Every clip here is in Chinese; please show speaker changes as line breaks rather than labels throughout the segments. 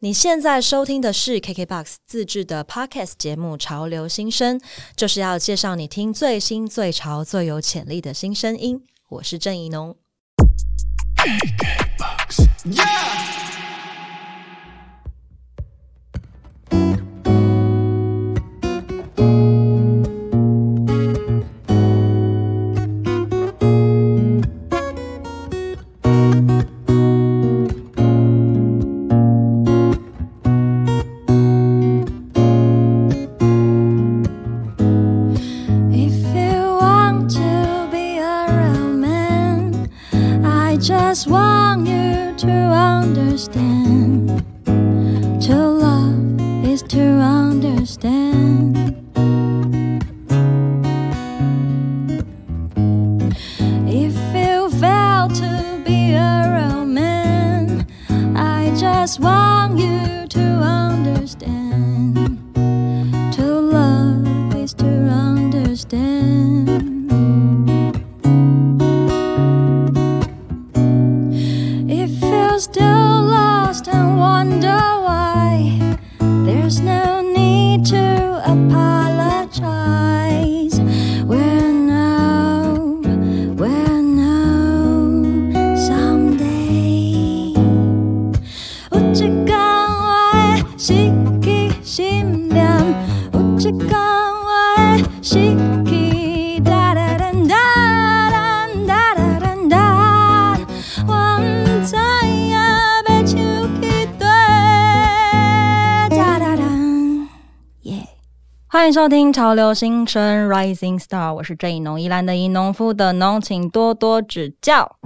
你现在收听的是 KKBOX 自制的 Podcast 节目《潮流新声》，就是要介绍你听最新、最潮、最有潜力的新声音。我是郑怡农。
If you want to be a real man, I just want you to understand. To love is to understand. If you fail to be a real man, I just want you to understand. To love is to understand. If you're still lost and wonder why, there's no need to apologize. We're now, we're now, someday. 有一天我会失去信念，有一天我会失去哒哒哒哒哒哒哒哒，我不知影要唱去对，哒哒哒，耶。
欢迎收听《潮流新生 Rising Star》，我是郑怡农，宜兰的宜，农夫的农，请多多指教。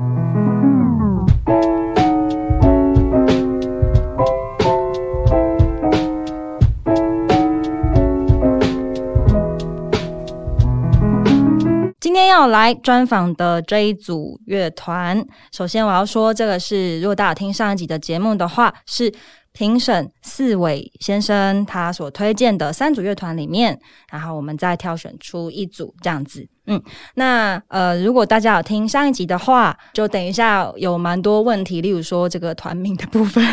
今天要来专访的这一组乐团，首先我要说，这个是如果大家有听上一集的节目的话，是评审四伟先生他所推荐的三组乐团里面，然后我们再挑选出一组这样子。嗯，那呃，如果大家有听上一集的话，就等一下有蛮多问题，例如说这个团名的部分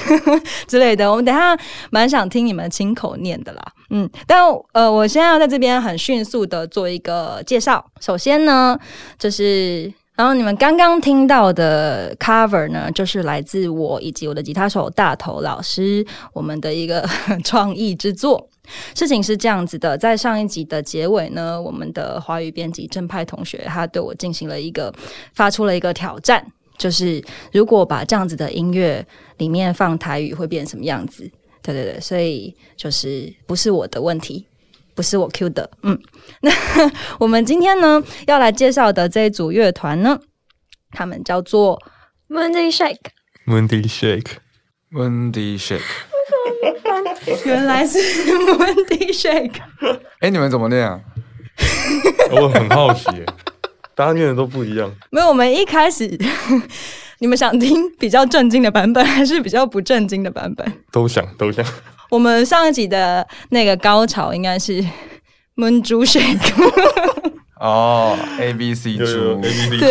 之类的，我们等一下蛮想听你们亲口念的啦。嗯，但呃，我现在要在这边很迅速的做一个介绍。首先呢，就是。然后你们刚刚听到的 cover 呢，就是来自我以及我的吉他手大头老师我们的一个 创意之作。事情是这样子的，在上一集的结尾呢，我们的华语编辑正派同学他对我进行了一个发出了一个挑战，就是如果把这样子的音乐里面放台语会变成什么样子？对对对，所以就是不是我的问题，不是我 Q 的。嗯，那我们今天呢要来介绍的这一组乐团呢，他们叫做
Monday Shake，
Monday Shake，
Wendy Shake，
原来 是 Monday Shake，
哎，你们怎么念啊？
我很好奇耶，大家念的都不一样。
没有，我们一开始 你们想听比较震惊的版本，还是比较不震惊的版本？
都想都想，
我们上一集的那个高潮应该是 Moon j u Shake。
哦，A B C
有有
猪
A，B D 猪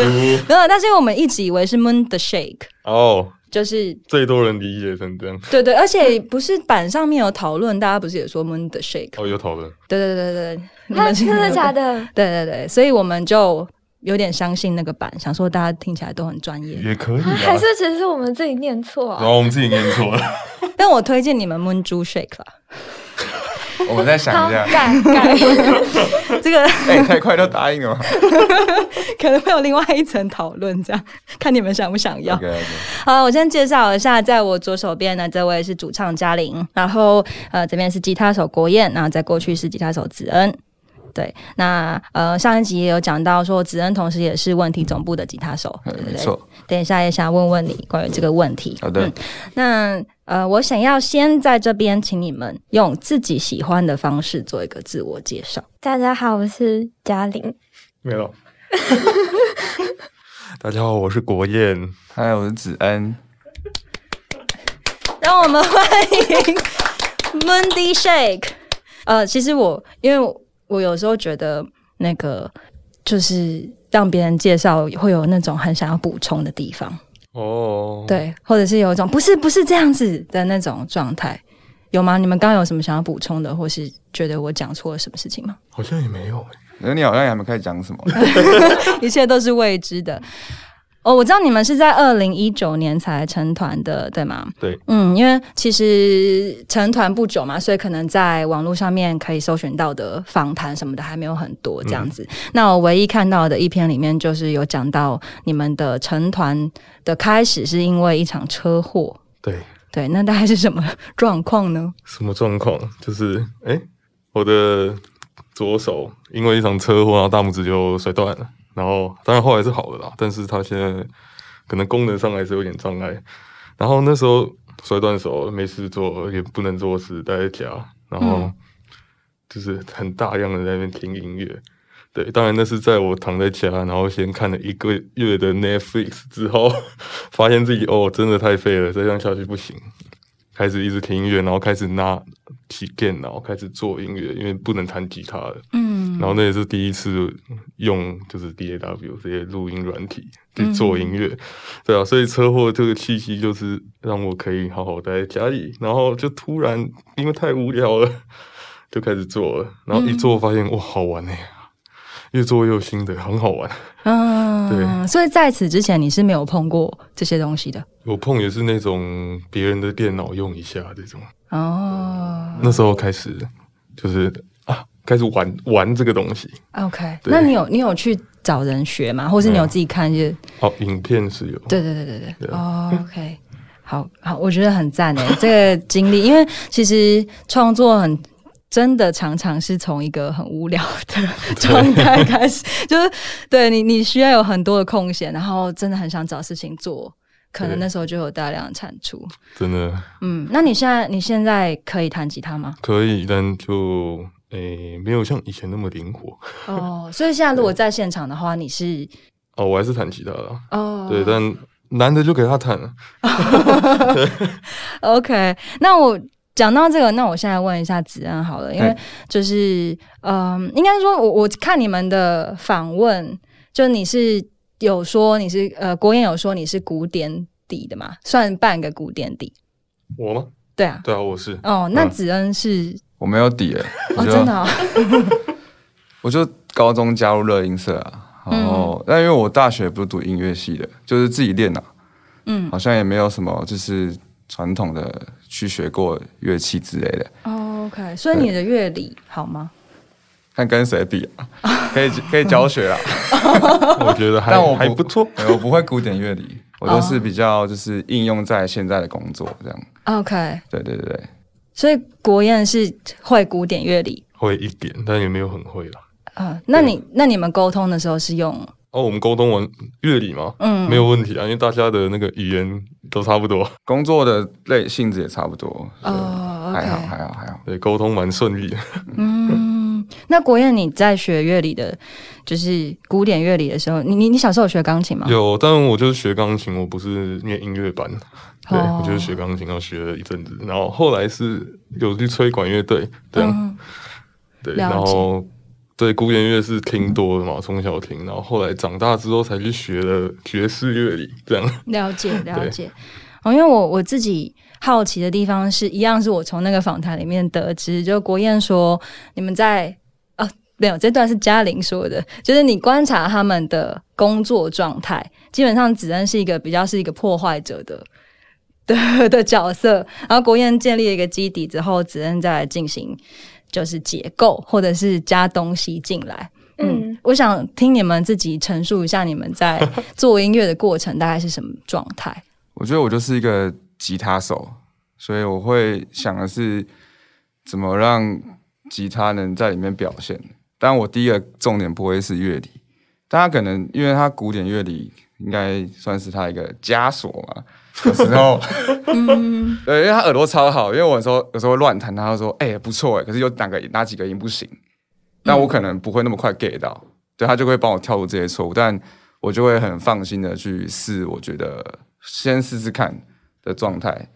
没有，但是因为我们一直以为是 Moon the Shake，
哦，
就是
最多人理解成这样。
对对，而且不是版上面有讨论，大家不是也说 Moon the Shake？
哦，有讨论，
对对对对对，你
啊
们是
真的假？的？
对对对，所以我们就有点相信那个版，想说大家听起来都很专业。
嗯
也可以啊。
还是其实是我们自己念错
然
啊？
后我们自己念错了，
但我推荐你们 Moon j u Shake 啦，
我们再想一下。
改改，
这个
哎，太快就答应了嘛。
可能会有另外一层讨论，这样看你们想不想要。
OK OK，
好，我先介绍一下，在我左手边呢，这位是主唱嘉玲，然后呃这边是吉他手国燕，然后在过去是吉他手子恩。对，那呃上一集也有讲到说，子恩同时也是问题总部的吉他手，对不
嗯没
对？
错，
等一下也想问问你关于这个问题。
好的
嗯，那呃我想要先在这边请你们用自己喜欢的方式做一个自我介绍。
大家好，我是嘉玲。
没了。大家好，我是国燕。
嗨，我是子恩。
让我们欢迎 Monday Shake。呃，其实我因为我我有时候觉得那个就是让别人介绍会有那种很想要补充的地方，
哦，
对，或者是有一种不是不是这样子的那种状态，有吗？你们刚刚有什么想要补充的，或是觉得我讲错了什么事情吗？
好像也没有欸。
可哎是你好像也还没开始讲什么，
一切都是未知的。哦，我知道你们是在二零一九年才成团的，对吗？
对，
嗯，因为其实成团不久嘛，所以可能在网络上面可以搜寻到的访谈什么的还没有很多这样子。那我唯一看到的一篇里面，就是有讲到你们的成团的开始是因为一场车祸，
对，
对，那大概是什么状况呢？
什么状况？就是哎、诶我的左手因为一场车祸，然后大拇指就摔断了。然后当然后来是好了啦，但是它现在可能功能上还是有点障碍。然后那时候摔断手，没事做，也不能做事，待在家，然后就是很大量的在那边听音乐。对，当然那是在我躺在家，然后先看了一个月的 Netflix 之后， 发现自己哦，真的太废了，再这样下去不行。开始一直听音乐，然后开始拿起电脑开始做音乐，因为不能弹吉他了。
嗯
然后那也是第一次用就是 DAW 这些录音软体去
嗯
做音乐，对啊，所以车祸这个契机就是让我可以好好待在家里，然后就突然因为太无聊了， 就开始做了，然后一做发现、哇好玩哎、越做越有心得，很好玩。
嗯，
对
所以在此之前你是没有碰过这些东西的
我碰也是那种别人的电脑用一下这种，
哦。
那时候开始就是啊，开始玩玩这个东西。
OK，
对
那你有你有去找人学吗？或是你有自己看一些？
哦，影片是有，
对对对对对，
对
哦，OK，好好，我觉得很赞诶， 这个经历，因为其实创作很。真的常常是从一个很无聊的状态开始，就是对你，你需要有很多的空闲，然后真的很想找事情做，可能
对
那时候就有大量的产出。
真的
嗯，那你现在你现在可以弹吉他吗？
可以，但就诶、没有像以前那么灵活。
哦，所以现在如果在现场的话，你是
哦，我还是弹吉他啦，
哦，
对，但男的就给他弹了。
OK，那我讲到这个，那我现在问一下子安好了，因
哎
为
嗯
就是嗯，应该说我我看你们的访问，就你是有说你是呃，国彦有说你是古典底的嘛，算半个古典底，
我吗？
对啊。
对啊，我是。
哦，那
嗯
子恩是、
我没有底哎，我
哦，
就
真的、 哦，
我就高中加入热音社啊，
嗯
然后、但因为我大学不是读音乐系的，就是自己练啊，
嗯，
好像也没有什么就是传统的去学过乐器之类的，
哦，OK，所以你的乐理好吗？
看跟谁比啊，可以可以教学啊，
哦
我 觉得还
但我
还不错。
对我不会古典乐理，我都是比较就是应用在现在的工作这样，
，OK，
对对对对，
所以国彦是会古典乐理
会一点，但也没有很会啦。
啊、那你那你们沟通的时候是用
哦，我们沟通完乐理嘛，
嗯
没有问题啊，因为大家的那个语言都差不多，
工作的类性质也差不多，
哦，OK，
还好还好还好，
对，沟通蛮顺利的。
嗯，那国燕，你在学乐理的，就是古典乐理的时候，你你你小时候有学钢琴吗？
有，但我就是学钢琴，我不是念音乐班，对、
哦
我就是学钢琴，然后学了一阵子，然后后来是有去吹管乐队，这样、
嗯
对，
了解
然后对古典乐是听多了嘛，从小听，然后后来长大之后才去学了爵士乐理，这样
了解了解。哦，因为我我自己好奇的地方是一样，是我从那个访谈里面得知，就国燕说你们在哦，没有，这段是嘉玲说的，就是你观察他们的工作状态，基本上子恩是一个比较是一个破坏者的。的的角色，然后国燕建立了一个基底之后，子恩再来进行就是解构或者是加东西进来。嗯，
嗯
我想听你们自己陈述一下你们在做音乐的过程大概是什么状态。
我觉得我就是一个吉他手，所以我会想的是怎么让吉他能在里面表现。但我第一个重点不会是乐理，大家可能因为它古典乐理应该算是它一个枷锁嘛。有时候，对，因为他耳朵超好，因为我有时候有时候会乱弹，他就说：“哎、不错哎。”可是有哪个哪几个音不行，但我可能不会那么快 get 到，对他就会帮我跳出这些错误，但我就会很放心的去试，我觉得先试试看的状态，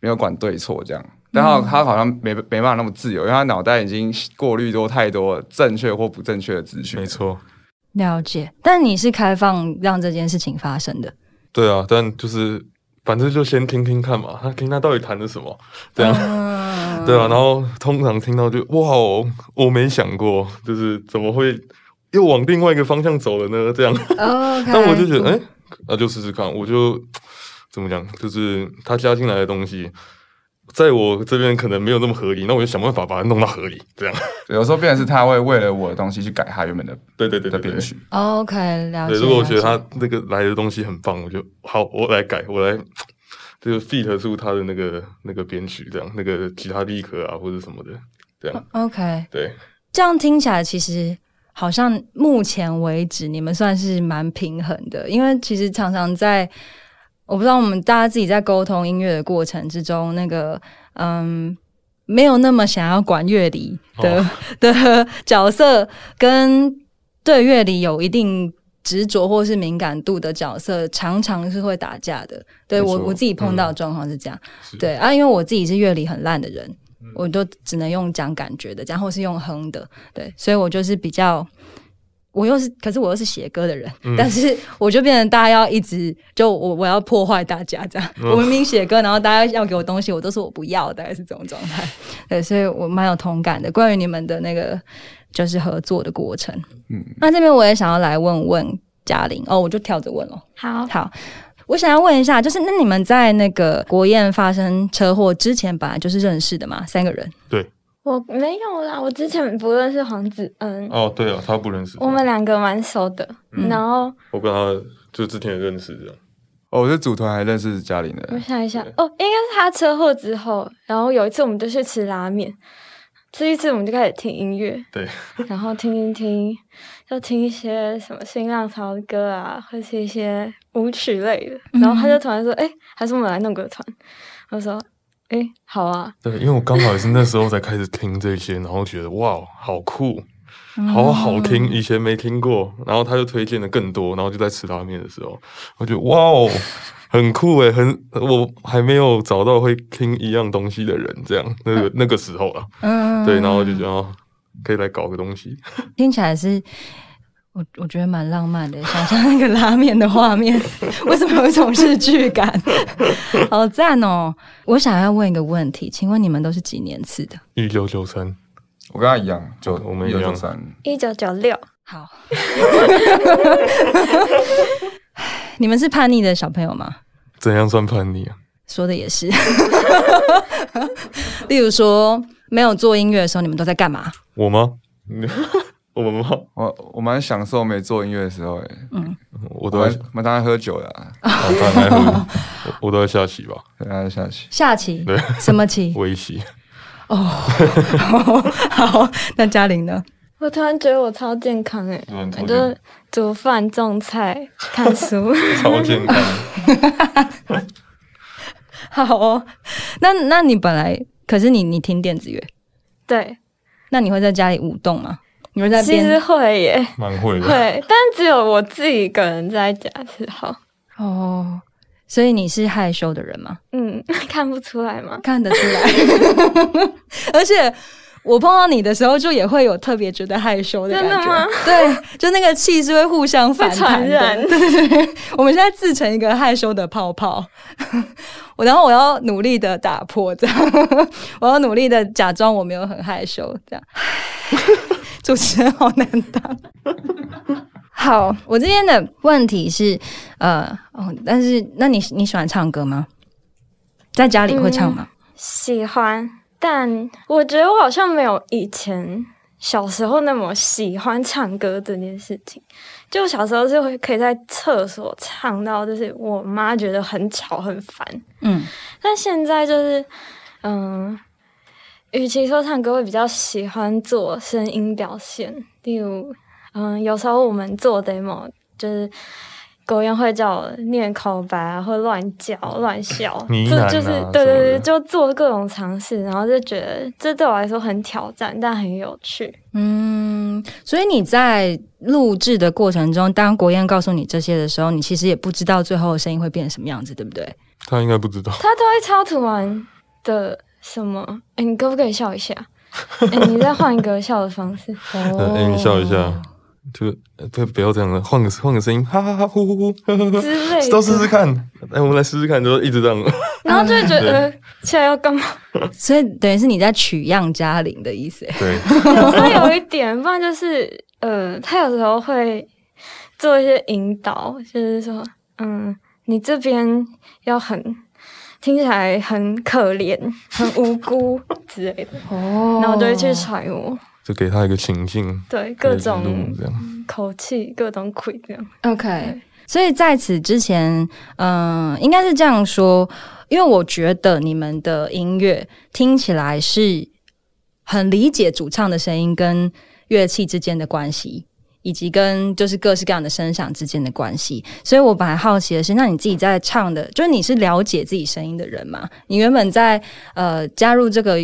没有管对错这样。但他他好像没没办法那么自由，因为他脑袋已经过滤多太多正确或不正确的资讯。
没，错，
了解，但你是开放让这件事情发生的，
对啊，但就是反正就先听听看嘛，他听他到底弹的什么，这样、 对啊。然后通常听到就哇哦，我没想过，就是怎么会又往另外一个方向走了呢？这样，
OK，
但我就觉得，哎、那就试试看。我就怎么讲，就是他加进来的东西，在我这边可能没有那么合理，那我就想办法把它弄到合理，这样。
有时候变成是他会为了我的东西去改他原本的
对对对
的
对对
编曲，
哦 OK，了解。
对，如果我觉
了
得他
解
那个来的东西很棒，我就好，我来改，我来就是 fit 住他的那个那个编曲，这样那个吉他立刻啊或者什么的，这样
OK，
对。
这样听起来其实。好像目前为止，你们算是蛮平衡的，因为其实常常在我不知道我们大家自己在沟通音乐的过程之中，那个嗯，没有那么想要管乐理的、
哦
的角色，跟对乐理有一定执着或是敏感度的角色，常常是会打架的。对
没
我
错嗯
我自己碰到的状况是这样，
是
对啊，因为我自己是乐理很烂的人，我就只能用讲感觉的，这样或是用哼的，对，所以我就是比较。我又是，可是我又是写歌的人，
嗯
但是我就变成大家要一直就我我要破坏大家这样。
哦
我明明写歌，然后大家要给我东西，我都说我不要，大概是这种状态。对，所以我蛮有同感的。关于你们的那个就是合作的过程，嗯，那这边我也想要来问问嘉玲哦，我就跳着问咯。
好，
好，我想要问一下，就是那你们在那个国宴发生车祸之前，本来就是认识的嘛？三个人
我没有啦，我之前不认识黄子恩，
哦，嗯对啊，他不认识
我们两个蛮熟的，然后
我跟他就之前也认识这样，
哦，我是组团还认识嘉玲
我
的，
想一下，哦，应该是他车祸之后，然后有一次我们就去吃拉面，吃一次我们就开始听音乐，
对，
然后听听听，就听一些什么新浪潮的歌啊，或是一些舞曲类的，然后他就突然说，哎、还是我们来弄个团，我说，哎、好啊，
对，因为我刚好也是那时候才开始听这些，然后觉得哇，好酷，好
嗯
好听，以前没听过，然后他就推荐的更多，然后就在吃拉面的时候，我觉得哇哦，很酷诶，很我还没有找到会听一样东西的人，这样那个那个时候啊，
嗯
对，然后就觉得哦可以来搞个东西，
听起来是。我我觉得蛮浪漫的，想象那个拉面的画面， 为什么有一种日剧感？ 好赞哦！我想要问一个问题，请问你们都是几年次的？
一九九三，
我跟他一样，就
我们一样
三，
一九九六，
好，你们是叛逆的小朋友吗？
怎样算叛逆啊？
说的也是。 例如说，没有做音乐的时候，你们都在干嘛？
我吗？ 我们吗？
我我蛮享受没做音乐的时候，哎，
我
我
都在
蛮蛮常喝酒的啊，
打算来喝，我我都在下棋吧，
跟他下去。
下棋
对？
什么棋？
围棋。
好，那嘉玲呢？
我突然觉得我超健康哎、
嗯超
我
健康
就煮饭、种 菜、看书。
超健康。
好哦，那那你本来可是你你听电子乐，
对，
那你会在家里舞动吗？你会在
其实
边
会耶，
蛮会的。
会，但只有我自己一个人在家的时候，
哦，所以你是害羞的人吗？
嗯， 看不出来吗？
看得出来， 而且。我碰到你的时候，就也会有特别觉得害羞的感觉。
真的吗
对，就那个气是会互相反
会
弹
传
的
染。
对对 对，我们现在自成一个害羞的泡泡， 我然后我要努力的打破这样，我要努力的假装我没有很害羞这样。 主持人好难 当。好，我这边的问题是，呃，哦，但是那你你喜欢唱歌吗？在家里会唱吗？
喜欢，但我觉得我好像没有以前小时候那么喜欢唱歌这件事情。就我小时候是会可以在厕所唱到，就是我妈觉得很吵很烦，
嗯
但现在就是，嗯，与其说唱歌，我比较喜欢做声音表现，例如，嗯，有时候我们做 demo 就是。狗烟会叫我念口白啊，或乱叫、乱笑，
呢喃
这
啊
就是
什么
对对
的
对，就做各种尝试，然后就觉得这对我来说很挑战，但很有趣。
嗯，所以你在录制的过程中，当国燕告诉你这些的时候，你其实也不知道最后的声音会变成什么样子，对不对？
他应该不知道，
他都会超突然的什么？哎、你欸
哦
可不可以笑一下？哎、你再换一个笑的方式。
嗯，你笑一下，就是呃不不要这样了，换个换个声音，哈哈哈，呼呼呼， 呵呵呵
之类的
都试试看。哎，我们来试试看，就是一直这样。
然后就会觉得呃现在要干嘛？
所以等于是你在取样嘉玲的意思。
对，
有时候有一点，不然就是呃，他有时候会做一些引导，就是说，嗯，你这边要很听起来很可怜、很无辜之类的，
哦
然后我就会去揣摩，
就给他一个情境，
对各
一个
种
路这样。
口气、各种鬼这样。
OK，所以在此之前，嗯、应该是这样说，因为我觉得你们的音乐听起来是很理解主唱的声音跟乐器之间的关系。以及跟就是各式各样的声响之间的关系，所以我本来好奇的是，那你自己在唱的，就是你是了解自己声音的人吗？你原本在呃加入这个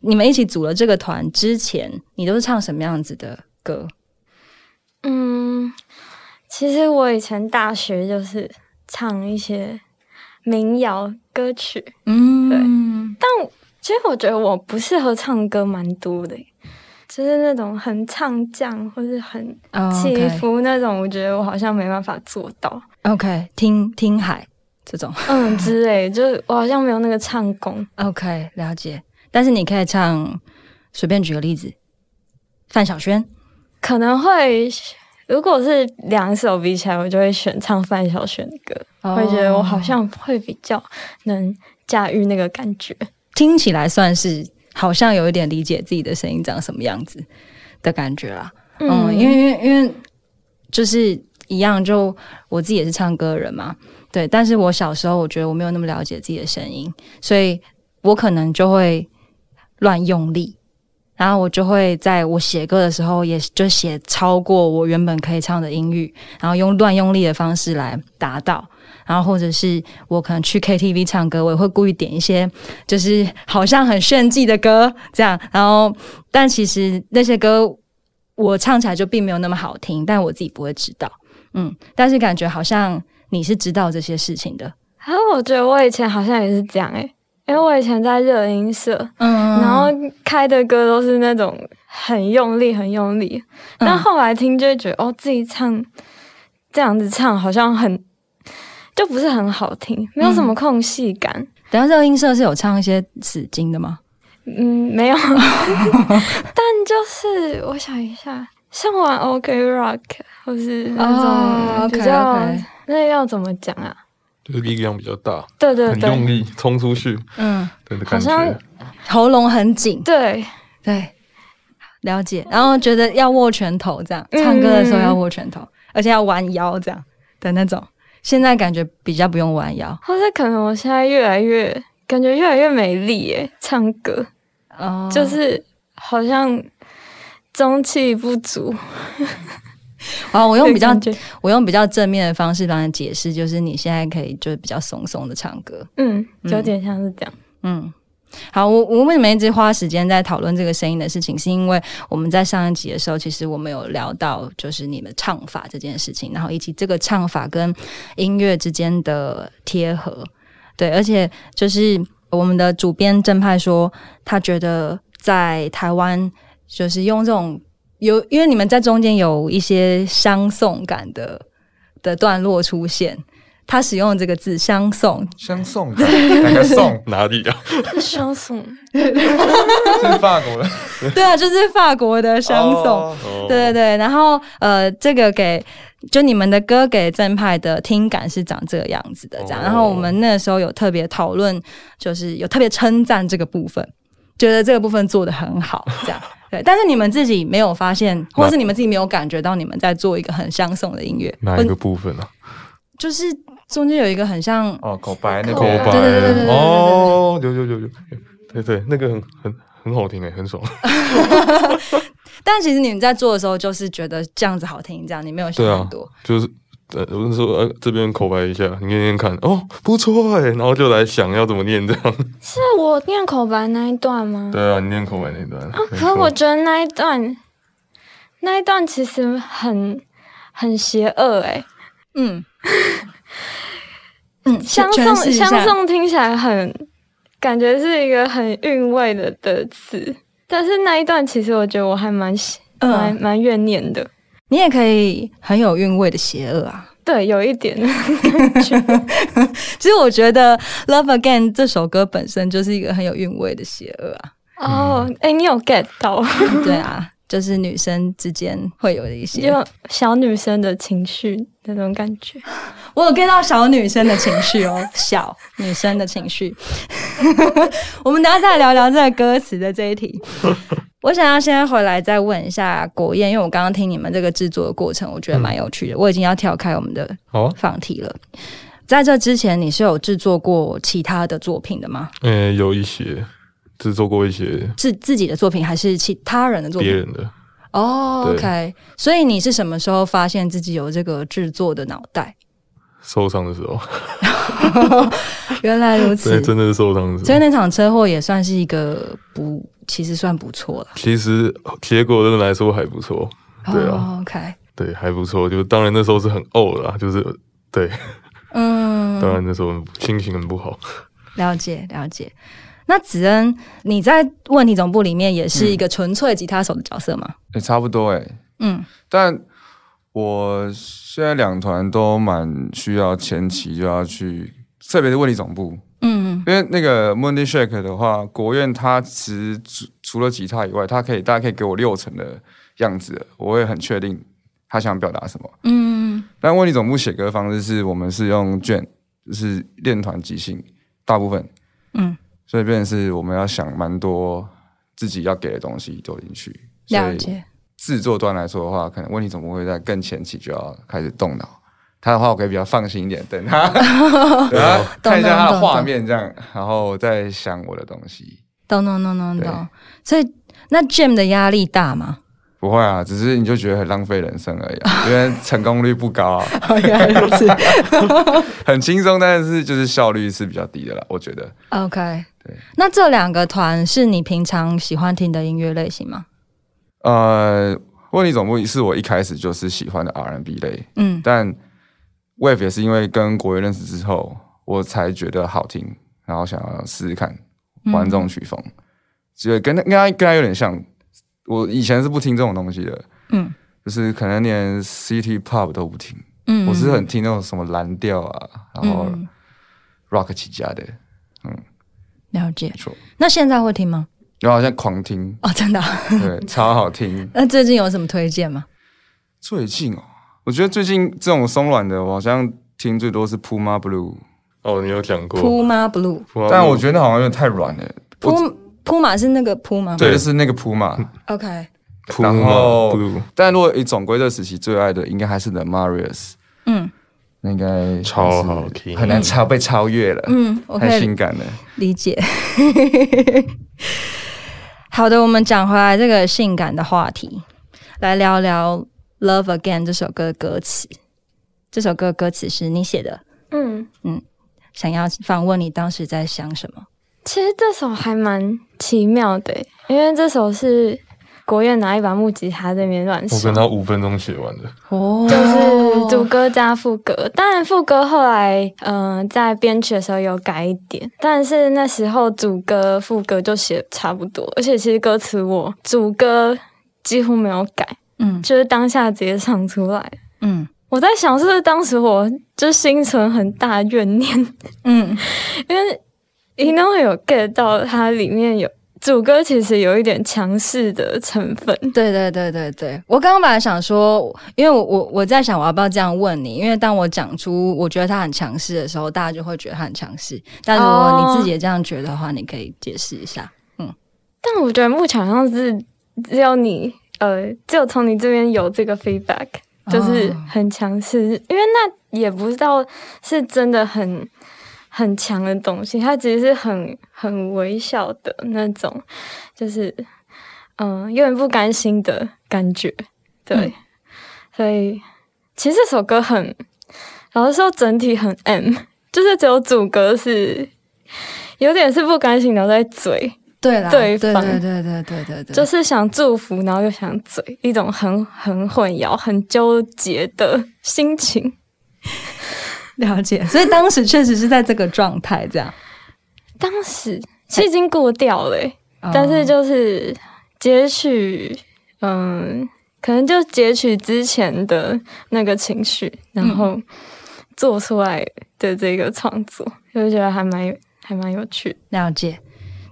你们一起组了这个团之前，你都是唱什么样子的歌？
嗯，其实我以前大学就是唱一些民谣歌曲，
嗯，
其实我觉得我不适合唱歌蛮多的耶，欸就是那种很唱将或是很
对，哦
起
OK
伏那种，我觉得我好像没办法做到，
OK，听听海这种。
嗯之类，就是我好像没有那个唱功。
OK，了解。但是你可以唱，随便举个例子，范晓萱。
可能会如果是两首比起来，我就会选唱范晓萱的歌，会觉得我
哦
好像会比较能驾驭那个感觉。
听起来算是好像有一点理解自己的声音长什么样子的感觉啦。嗯，因为因为因为就是一样，就我自己也是唱歌人嘛，对。但是我小时候我觉得我没有那么了解自己的声音，所以我可能就会乱用力，然后我就会在我写歌的时候，也就写超过我原本可以唱的音域，然后用乱用力的方式来达到。然后或者是我可能去 KTV 唱歌，我也会故意点一些就是好像很炫技的歌这样，然后但其实那些歌我唱起来就并没有那么好听，但我自己不会知道，嗯，但是感觉好像你是知道这些事情的，
然后啊我觉得我以前好像也是这样诶、欸因为我以前在热音社，
嗯
然后开的歌都是那种很用力、很用力，但后来听就会觉得，哦，自己唱这样子唱好像很就不是很好听，没有什么空隙感。
等下热音社是有唱一些死经的吗？
嗯没有。但就是我想一下，像玩 OK Rock 或是那
哦
种比
OK，OK
较、那要怎么讲啊？
就是力量比较大，
对对
很用
对，
力冲出去
嗯，
对的
好
感
像
觉。
喉咙很紧，
对，
对，了解，然后觉得要握拳头这样，
嗯
唱歌的时候要握拳头，而且要弯腰这样的那种，现在感觉比较不用弯腰。
或是可能我现在越来越感觉越来越美丽耶，唱歌。
哦，
就是好像中气不足，
哦，我
不
用比较我用比较正面的方式帮你解释，就是你现在可以就是比较松松的唱歌。
嗯，
嗯
有点像是这样。
嗯，好，我我为什么一直花时间在讨论这个声音的事情，是因为我们在上一集的时候，其实我们有聊到就是你们唱法这件事情，然后以及这个唱法跟音乐之间的贴合。对，而且就是我们的主编正派说，他觉得在台湾就是用这种有，因为你们在中间有一些相送感的的段落出现，他使用这个字“相送”，
相 送感，哪个送？
哪里啊？
是双宋，
是法国的
对啊，就是法国的相送。
哦
哦
对对对，然后呃，这个给就你们的歌给正派的听感是长这个样子的，这样。
哦
然后我们那时候有特别讨论，就是有特别称赞这个部分，觉得这个部分做的很好，这 样。对，但是你们自己没有发现，或是你们自己没有感觉到你们在做一个很相送的音乐，
哪一个部分啊？
就是中间有一个很像
哦，口白那
口
口
个
白
对对对对对对对
哦，有有有有，对对，那个很很很好听哎，很爽。
但其实你们在做的时候，就是觉得这样子好听，这样你没有想
对啊
很多。
就是呃，我是说呃，这边口白一下，你念念看，哦，不错哎，然后就来想要怎么念这样。
是我念口白那一段吗？
对啊，你念口白那段。
可是我觉得那一段，那一段其实很很邪恶哎、
嗯嗯，
相
诠
送
释一下
相送听起来很，感觉是一个很韵味的的词，但是那一段其实我觉得我还蛮喜
嗯
蛮蛮怨念的。
你也可以很有韵味的邪恶啊。
对，有一点
其实我觉得《Love Again》这首歌本身就是一个很有韵味的邪恶啊。
哦，
嗯
哎、你有 get 到，
对啊，就是女生之间会有的一些。
有小女生的情绪那种感觉。
我有 get 到小女生的情绪哦，小女生的情绪。 我们等一下再聊聊这个歌词的这一题。我想要先回来再问一下国燕，因为我刚刚听你们这个制作的过程，我觉得蛮有趣的。我已经要跳开我们的
好啊，
放题了。在这之前，你是有制作过其他的作品的吗？
嗯、有一些制作过一些
是自己的作品还是其他人的作
别
品？
人的，
哦、
对
o k 所以你是什么时候发现自己有这个制作的脑袋？
受伤的时候，
原来如此
对，，真哦的是受伤的时
所以
候。
那场车祸也算是一个不，其实算不错了。
其实结果真的来说还不错，对啊
哦、，OK，
对，还不错。就当然那时候是很呕啦，就是对，
嗯，
当然那时候很心情很不好。
了解了解。那子恩，你在问题总部里面也是一个纯粹吉他手的角色吗？
也、差不多哎、
嗯，
但我现在两团都蛮需要前期就要去，特别是问题总部，
嗯
因为那个 Monday Shake 的话，国院它其实除除了吉他以外，它可以大概可以给我六成的样子了，我会很确定他想表达什么。
嗯
但问题总部写歌的方式是我们是用卷，就是练团即兴，大部分，
嗯，
所以变成是我们要想蛮多自己要给的东西丢进去。所以
嗯了解。
制作端来说的话，可能问题总部会在更前期就要开始动脑。他的话，我可以比较放心一点，等他，等他看一下他的画面，这样，然后我再想我的东西。
懂懂懂懂
对
懂。所以那 Jim 的压力大吗？
不会啊，只是你就觉得很浪费人生而已、啊，因为成功率不高、啊，
原来如此。
很轻松，但是就是效率是比较低的啦。我觉得
OK，
对
那这两个团是你平常喜欢听的音乐类型吗？
呃，问题总部是我一开始就是喜欢的 R&B 类，
嗯
但 Wave 也是因为跟国乐认识之后，我才觉得好听，然后想要试试看
嗯
玩这种曲风，所以跟他跟他跟他有点像。我以前是不听这种东西的，
嗯
就是可能连 City Pop 都不听，
嗯
我是很听那种什么蓝调啊，然后
嗯
Rock 起家的，
了解
没。错。
那现在会听吗？，
然后好像狂听
哦，真的啊、
对，超好听。
那最近有什么推荐吗？
最近哦，我觉得最近这种松软的，我好像听最多是 Puma Blue，
哦，你有讲过，
铺吗 Blue，
哦
但我觉得好像有点太软了。我
铺铺马是那个铺吗？
对，就是那个
嗯
Puma。
，OK，
铺
然后
铺
但如果以总归这时期最爱的，应该还是 The Marius，
嗯
那应该
超好听
很难超被超越了，
嗯，我可
太
以
性感了。
理解。 好的，我们讲回来这个性感的话题，来聊聊《Love Again》这首歌的歌词。这首歌的歌词是你写的，
嗯，
想要访问你当时在想什么。
其实这首还蛮奇妙的欸，因为这首是国院拿一把木吉他在那边乱
我
刷
跟，他哦五分钟写完的，
哦，
就是主歌加副歌。当然副歌后来嗯、呃在编曲的时候有改一点，但是那时候主歌副歌就写差不多，而且其实歌词我主歌几乎没有改，
嗯
就是当下直接唱出来。
嗯
我在想，是不是当时我就心存很大怨念，
嗯
因为应当会有 get 到它里面有主歌，其实有一点强势的成分。，
对对对对对，我刚刚本来想说，因为我我我在想我要不要这样问你，因为当我讲出我觉得他很强势的时候，大家就会觉得他很强势。但如果你自己也这样觉得的话，你可以解释一下。
但我觉得目前好像是只有你，呃，只有从你这边有这个 feedback，就是
哦
很强势，因为那也不知道是真的很很强的东西，它只是很很微小的那种，就是嗯、有点不甘心的感觉，对，
嗯
所以其实这首歌很，老实说整体很 M，就是只有主歌是有点是不甘心然后在嘴。
对啦，
对
对
反
对对对对对对，
就是想祝福，然后又想嘴，一种很很混淆、很纠结的心情。
了解。所以当时确实是在这个状态这样，
当时
哎
其实已经过掉了欸、但是
哦
就是截取嗯可能就截取之前的那个情绪，然
嗯
后做出来的这个创作，就觉得还蛮有还蛮有趣的。
了解。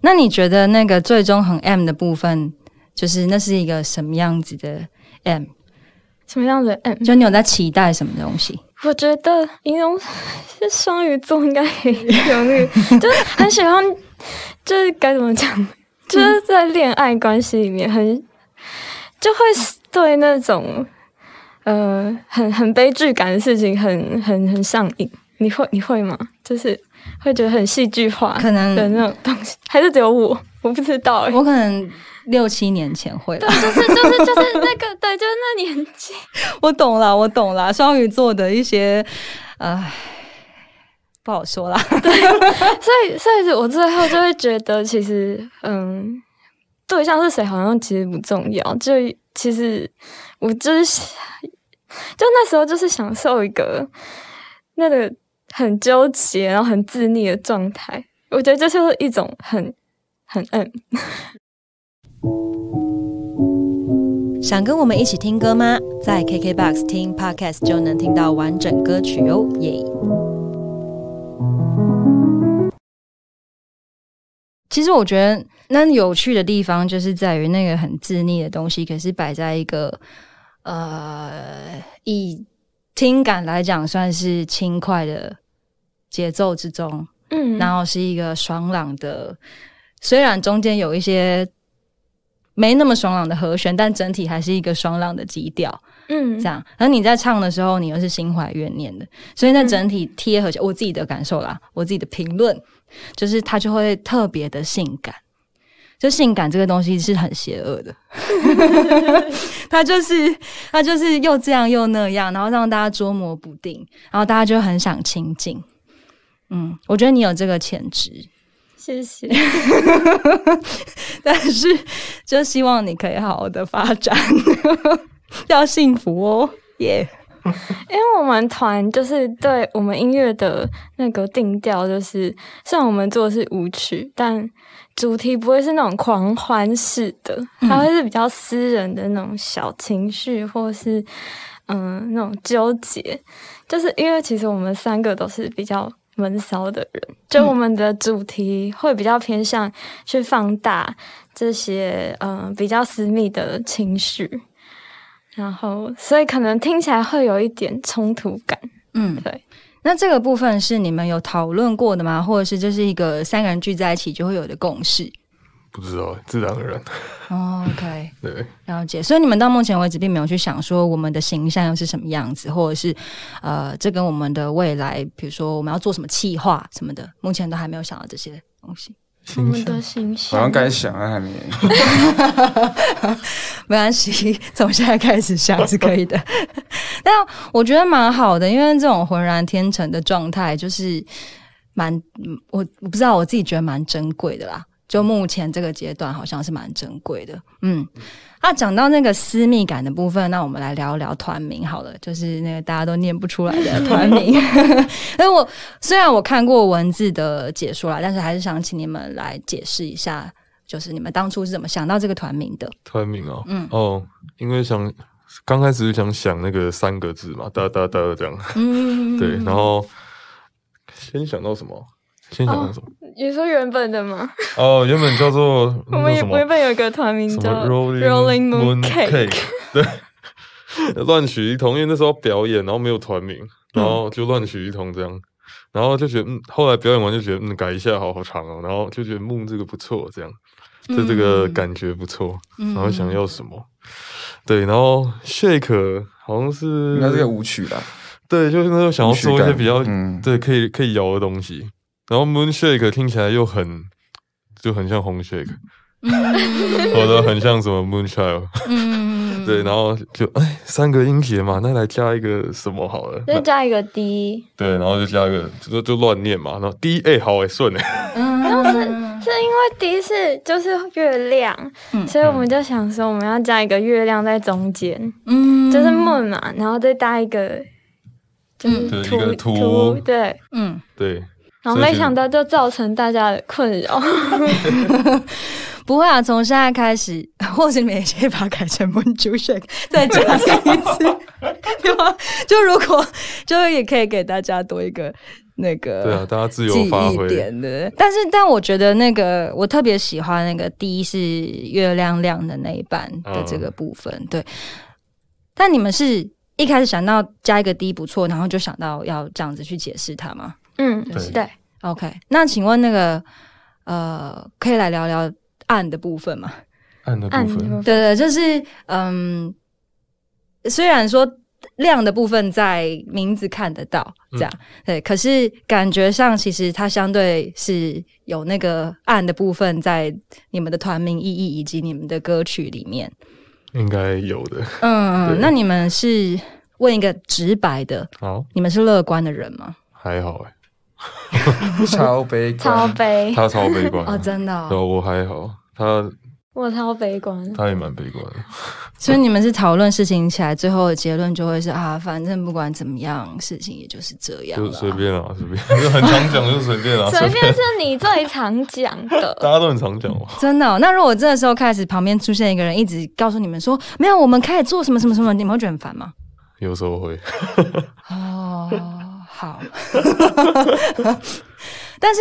那你觉得那个最终很 M 的部分，就是那是一个什么样子的 M？
什么样子的 M？
就你有在期待什么东西？
我觉得应用是双鱼座应该也有那个，就是很喜欢，就是该怎么讲，
嗯
就是在恋爱关系里面很就会对那种呃很很悲剧感的事情很很很上瘾。你会你会吗？就是会觉得很戏剧化
可能
的那种东西，还是只有我？我不知道哎、
我可能六七年前会吧。
就是就是就是那个对，就是那年纪，
我懂了，我懂了，双鱼座的一些，唉，不好说啦。
所以，所以我最后就会觉得，其实，嗯，对象是谁好像其实不重要，就其实我就是想，就那时候就是享受一个那个很纠结，然后很自溺的状态。我觉得这就是一种很很嗯，
想跟我们一起听歌吗？在 KKBOX 听 Podcast 就能听到完整歌曲哦，耶、其实我觉得那有趣的地方就是在于那个很自溺的东西，可是摆在一个呃以听感来讲算是轻快的节奏之中，
嗯，
然后是一个爽朗的，虽然中间有一些没那么爽朗的和弦，但整体还是一个爽朗的基调。
嗯
这样，而你在唱的时候，你又是心怀怨念的，所以在整体贴合起，我自己的感受啦，我自己的评论就是它就会特别的性感。 就性感这个东西是很邪恶 的，它就是它就是又这样又那样，然后让大家捉摸不定，然后大家就很想亲近。嗯，我觉得你有这个潜 质，
谢谢，
但是就希望你可以好好的发展， 要幸福哦，耶、
因为我们团就是对我们音乐的那个定调，就是虽然我们做的是舞曲，但主题不会是那种狂欢式的，它会是比较私人的那种小情绪，或是嗯、那种纠结。就是因为其实我们三个都是比较闷骚的人，就我们的主题会比较偏向去放大这些嗯、呃比较私密的情绪。然后，所以可能听起来会有一点冲突感。
嗯，
对。
那这个部分是你们有讨论过的吗？或者是这是一个三个人聚在一起就会有的共识、
不知道，自然而然。
哦、？OK，
对，
了解。所以你们到目前为止并没有去想说我们的形象又是什么样子，或者是呃，这跟我们的未来，比如说我们要做什么企划什么的，目前都还没有想到这些东西。
我们的形象
好像该想啊，还没。
没关系， 从现在开始想是可以的。但我觉得蛮好的，因为这种浑然天成的状态，就是蛮嗯我我不知道我自己觉得蛮珍贵的啦。就目前这个阶段，好像是蛮珍贵的。嗯，那讲到那个私密感的部分，那我们来聊聊团名好了，就是那个大家都念不出来的团名。因为我虽然我看过文字的解说啦，但是还是想请你们来解释一下，就是你们当初是怎么想到这个团名的。
团名哦，
嗯
哦，因为想刚开始是想想那个三个字嘛，哒哒哒这样，
嗯，
对，然后先想到什么？先想到什么？
你说原本的吗？
哦，原本叫做
我
那
们
叫
也
什
原
么
本有一个团名
什
叫
么 Rolling
Rolling Moon
Moon
Cake，
Cake，对， 乱取一通，因为那时候表演，然后没有团名，
嗯
然后就乱取一通这样。然后就觉得，嗯，后来表演完就觉得，嗯，改一下好好长哦。然后就觉得梦这个不错，这样，就这个感觉不错。
嗯
然后想要什么？对，然后 shake 好像是
应该是个舞曲啦，
对，就是那时候想要做一些比较
舞曲感嗯
对可以可以摇的东西，然后 moon shake 听起来又很就很像红 shake，或者很像什么 moon child，
嗯，
对，然后就哎三个音节嘛，那来加一个什么好了？
再加一个 D，
对，然后就加一个就就乱念嘛，然后 d a 好哎顺哎，
嗯
是因为 D 是就是月亮，
嗯
所以我们就想说我们要加一个月亮在中间，
嗯
就是 moon 嘛，然后再搭一个就是
嗯对
图
一个图
对。
嗯，
对，
然后
所以
没
就
想到就造成大家的困扰，
不会啊，从现在开始， 或许你们也可以把它改成 Moon j u s h a k 再讲一次， 对吗？就如果就也可以给大家多一个那个
对啊，大家自由
呃记
发
忆
挥。
点的。但是，但我觉得那个我特别喜欢那个第一是月亮亮的那一半的这
嗯
个部分，对。但你们是一开始想到加一个 D 不错，然后就想到要这样子去解释它吗
嗯，
对
对，
？OK，那请问那个呃，可以来聊聊暗的部分吗？
暗的
按
部分，
对对，就是嗯，虽然说亮的部分在名字看得到，这样、对，可是感觉上其实它相对是有那个暗的部分在你们的团名意义以及你们的歌曲里面。
应该有的。
嗯，
对
那你们是问一个直白的，
好，
你们是乐观的人吗？
还好哎、
超悲
超
观，
悲，
他超悲观 的
哦，真的、
对啊，
哦，
我还好，他
我超悲观。
他也蛮悲观的。
所以你们是讨论事情起来，最后的结论就会是啊，反正不管怎么样，事情也就是这样
就
啦
随便啊，随便， 就很常讲，就随便啊，
随便是你最常讲的，
大家都很常讲嘛。
真的哦、那如果这个时候开始旁边出现一个人，一直告诉你们说没有，我们开始做什么什么什么，你们会觉得很烦吗？
有时候会，
哦，好。 但是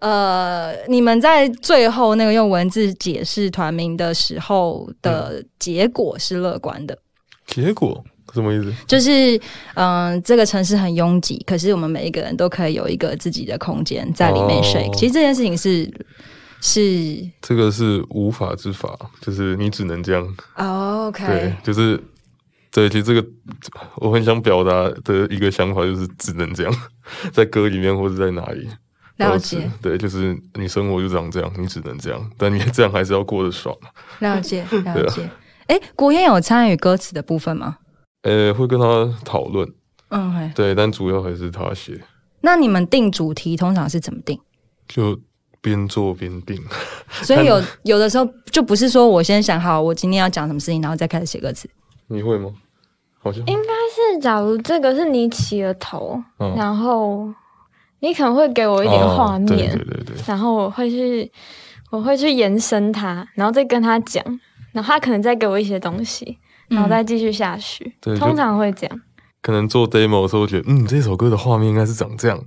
呃，你们在最后那个用文字解释团名的时候的结果是乐观的，
结果什么意思？
就是嗯、呃这个城市很拥挤，可是我们每一个人都可以有一个自己的空间在里面
哦
shake、其实这件事情是是
这个是无法之法，就是你只能这样。
哦 OK，
对，就是对，其实这个我很想表达的一个想法就是只能这样， 在歌里面或者在哪里。
了
都是
解。
对，就是你生活就长这样，你只能这样，但你 这样还是要过得爽。
了 解，了
对啊
解。哎、国彦有参与歌词的部分吗？
呃，会跟他讨论，
嗯，嘿
对，但主要还是他写，
那你们定主题通常是怎么定？
就边做边定。
所以有有的时候就不是说我先想好我今天要讲什么事情，然后再开始写歌词。
你会吗？好像
应该是假如这个是你起了头，
嗯
然后你可能会给我
有
一点画面，
哦对对对对，
然后我会去我会去延伸它，然后再跟他讲，然后他可能再给我一些东西，然后再继续下去，
对就
通常会这样。
可能做 demo 的时候觉得，嗯，这首歌的画面应该是长这样，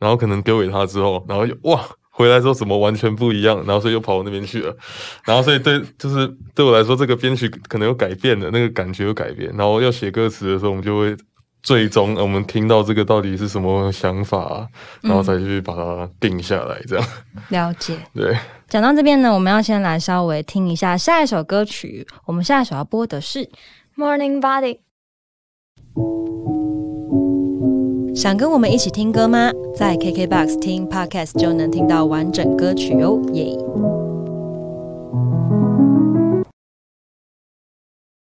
然后可能丢给他之后，然后又哇。回来之后怎么完全不一样，然后所以又跑我那边去了，然后所以对，就是对我来说，这个编曲可能又改变了，那个感觉又改变，然后要写歌词的时候，我们就会最终呃我们听到这个到底是什么想法、然后才去把它定下来，这样、
了解。
对。
讲到这边呢，我们要先来稍微听一下下一首歌曲。我们下一首要播的是
Morning Body，
想跟我们一起听歌吗？在 KKBOX 听 Podcast 就能听到完整歌曲哦，耶、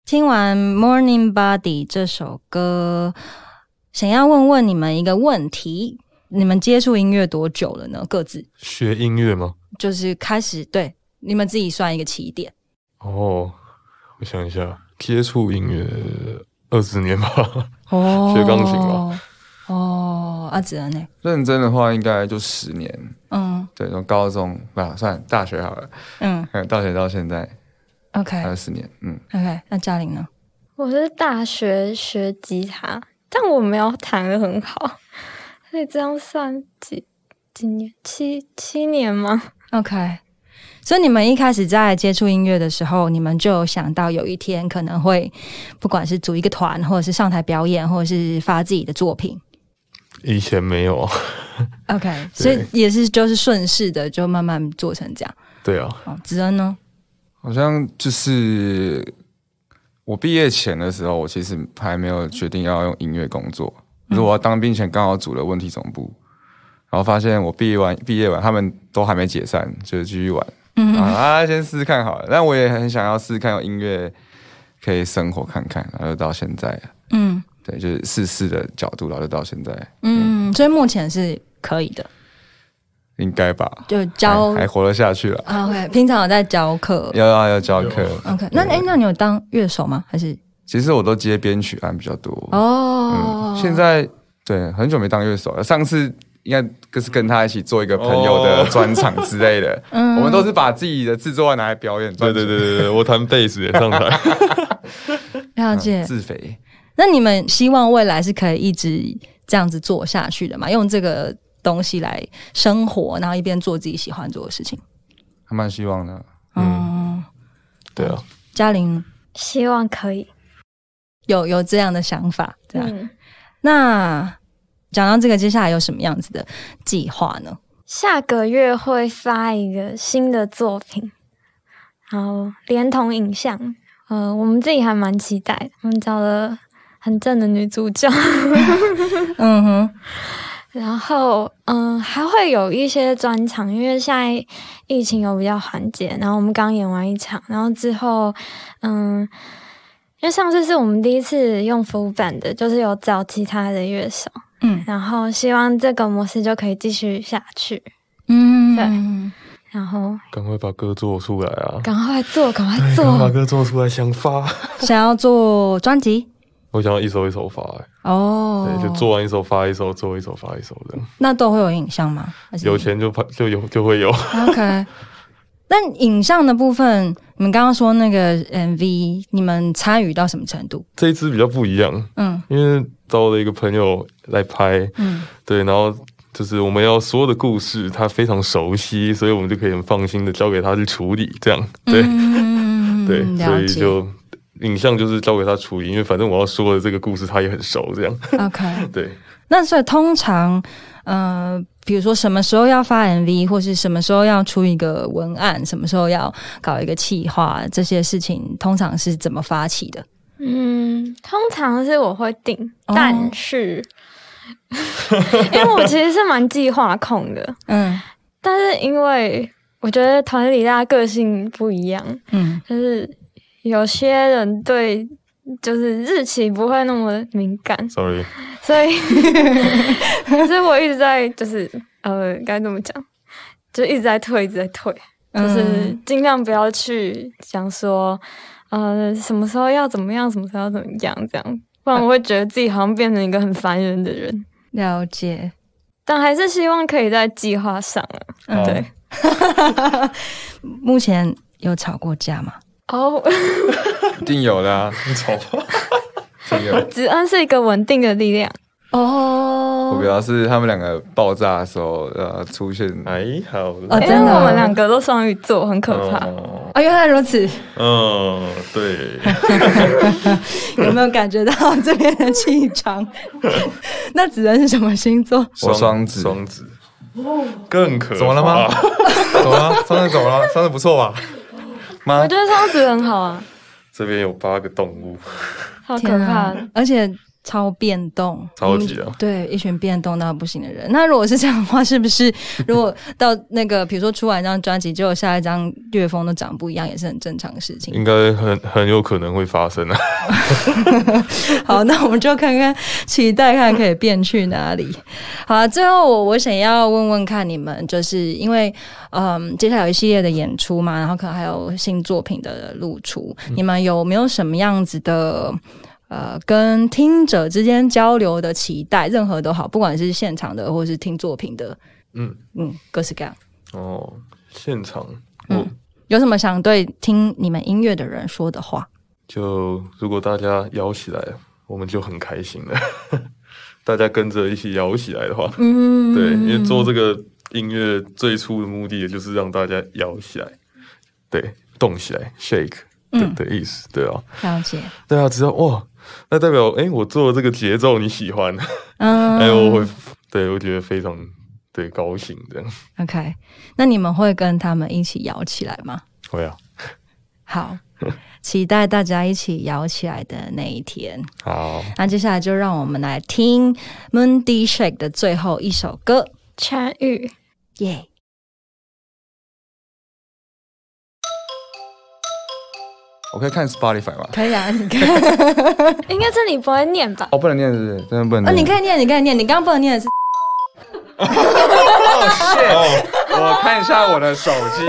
听完《Morning Body》这首歌，想要问问你们一个问题：你们接触音乐多久了呢？各自
学音乐吗？
就是开始对你们自己算一个起点。
哦，我想一下，接触音乐二十年吧，
哦
学钢琴吧。
哦，阿哲呢？
认真的话应该就十年，
嗯
对，从高中不啊算大学好了，
嗯
嗯，大学到现在
，OK
还有十年，嗯，
OK，那嘉玲呢？
我是大学学吉他，但我没有弹的很好， 所以这样算几几年？七七年吗？
OK，所以你们一开始在接触音乐的时候，你们就有想到有一天可能会，不管是组一个团，或者是上台表演，或者是发自己的作品。
以前没有 啊。
OK，所以也是就是顺势的，就慢慢做成这样。
对啊，
哦，子恩呢？
好像就是我毕业前的时候，我其实还没有决定要用音乐工作，
嗯
可是我要当兵前刚好组了问题总部，然后发现我毕业完毕业完他们都还没解散，就继续玩，
嗯
啊，啊先试试看好了。但我也很想要试试看用音乐可以生活看看，然后就到现在了。
嗯
对，就是试试的角度，然后就到现在，
嗯，所以目前是可以的，
应该吧？
就教
还还活得下去了，
OK，平常有在教课。
要要要教课。
OK，那哎、那你有当乐手吗？还是
其实我都接编曲案比较多。
哦、
现在对，很久没当乐手了。上次应该就是跟他一起做一个朋友的
哦
专场之类的。
嗯
我们都是把自己的制作拿来表演，
对对对对对，我弹贝斯也上台。
了
对
解。
自肥。
那你们希望未来是可以一直这样子做下去的吗？用这个东西来生活，然后一边做自己喜欢做的事情。
还蛮希 望的。
嗯，
对啊，
嘉玲
希望可以。
有有这样的想法，对啊。
嗯，
那讲到这个，接下来有什么样子的计划呢？
下个月会发一个新的作品，然后连同影像，呃，我们自己还蛮期待的。我们找了很正的女主角，
嗯哼，
然后嗯、还会有一些专场，因为现在疫情有比较缓解，然后我们刚演完一场，然后之后嗯。因为上次是我们第一次用服务版的，就是有找其他的乐手，
嗯
然后希望这个模式就可以继续下去，
嗯，
然后
赶快把歌做出来啊！
赶快做，赶快
赶快把
做！
歌做出来，想发。
想要做专辑
我想要一首一首发、欸，
哦，
对，就做完一首发一首，做一首发一首这样。
那都会有影像吗？还是
有钱就拍 就有就会有。
OK。那影像的部分，你们刚刚说那个 MV，你们参与到什么程度？
这一支比较不一样，
嗯
因为找了一个朋友来拍，
嗯
对，然后就是我们要所有的故事他非常熟悉，所以我们就可以很放心的交给他去处理，这样对、
嗯
对，所
了
以
解。
就影像就是交给他处理，因为反正我要说的这个故事他也很熟，这样
OK。
对。
那所以通常，呃，比如说什么时候要发 MV，或是什么时候要出一个文案，什么时候要搞一个企划，这些事情通常是怎么发起的？
嗯，通常是我会定，
哦
但是、 因为我其实是蛮计划控的，
嗯
但是因为我觉得团里大家个性不一样，
嗯
就是有些人对就是日期不会那么敏感，
Sorry，
所 以所以我一直在就是呃该怎么讲，就一直在退，一直在退。就是
嗯
尽量不要去想说，呃，什么时候要怎么样，什么时候要怎么样，这样，不然我会觉得自己好像变成一个很烦人的人。
了解。
但还是希望可以在计划上啊。
嗯，
对。
目前有吵过架吗？
哦，
一定有的、
哦
啊，
你吵吧。
一定有。
子恩是一个稳定的力量，
哦
我主要是他们两个爆炸的时候，呃，出现
还好
啊
啦。
因为
真的哦
我们两个都双鱼座，很可怕。
哦
啊，原来如此。呃
嗯，对，
有没有感觉到这边的气 场？那子恩是什么星座？
我双子
双子，更可
怎么了吗
怕？
怎么了？上次怎么了？上次不 错吧？妈
我，觉得双子很好啊，
这边有八个动物，
好可怕。！
而且超变动，
超级啊
嗯对，一群变动到不行的人。那如果是这样的话，是不是 如果到那个，比如说出完一张专辑，结果下一张乐风都长不一样，也是很正常的事情
应。该很很有可能会发生啊。
好，那我们就看看，期待看可以变去哪里。 好啊，最后我我想要问问看你们，就是因为嗯，接下来有一系列的演出嘛，然后可能还有新作品的露出，你们有没有什么样子的？呃，跟听者之间交流的期待，任何都好，不管是现场的或是听作品的，
嗯
嗯，各式各样。
哦，现场我、
嗯有什么想对听你们音乐的人说的话？
就如果大家摇起来，我们就很开心了。 大家跟着一起摇起来的话，
嗯，
对，因为做这个音乐最初的目的就是让大家摇起来，对，动起来，shake 的、
嗯
的意思，对啊，
了解，
对啊，只要哇，那代表哎、诶我做的这个节奏你喜欢，
嗯，
哎、我会，对我觉得非常对高兴这样，
OK，那你们会跟他们一起摇起来吗？
会啊，
好，期待大家一起摇起来的那一天。
好，
那接下来就让我们来听 Moondy Shake 的最后一首歌，
参与
耶、
我可以看 Spotify 吗？
可以啊，你看，
应该这里不会念吧？
哦，不能念，是不是？真的不能
哦，
念。
你可以念，你可以念，你刚刚不能念的是，啊哦
哦，shit！我看一下我的手机。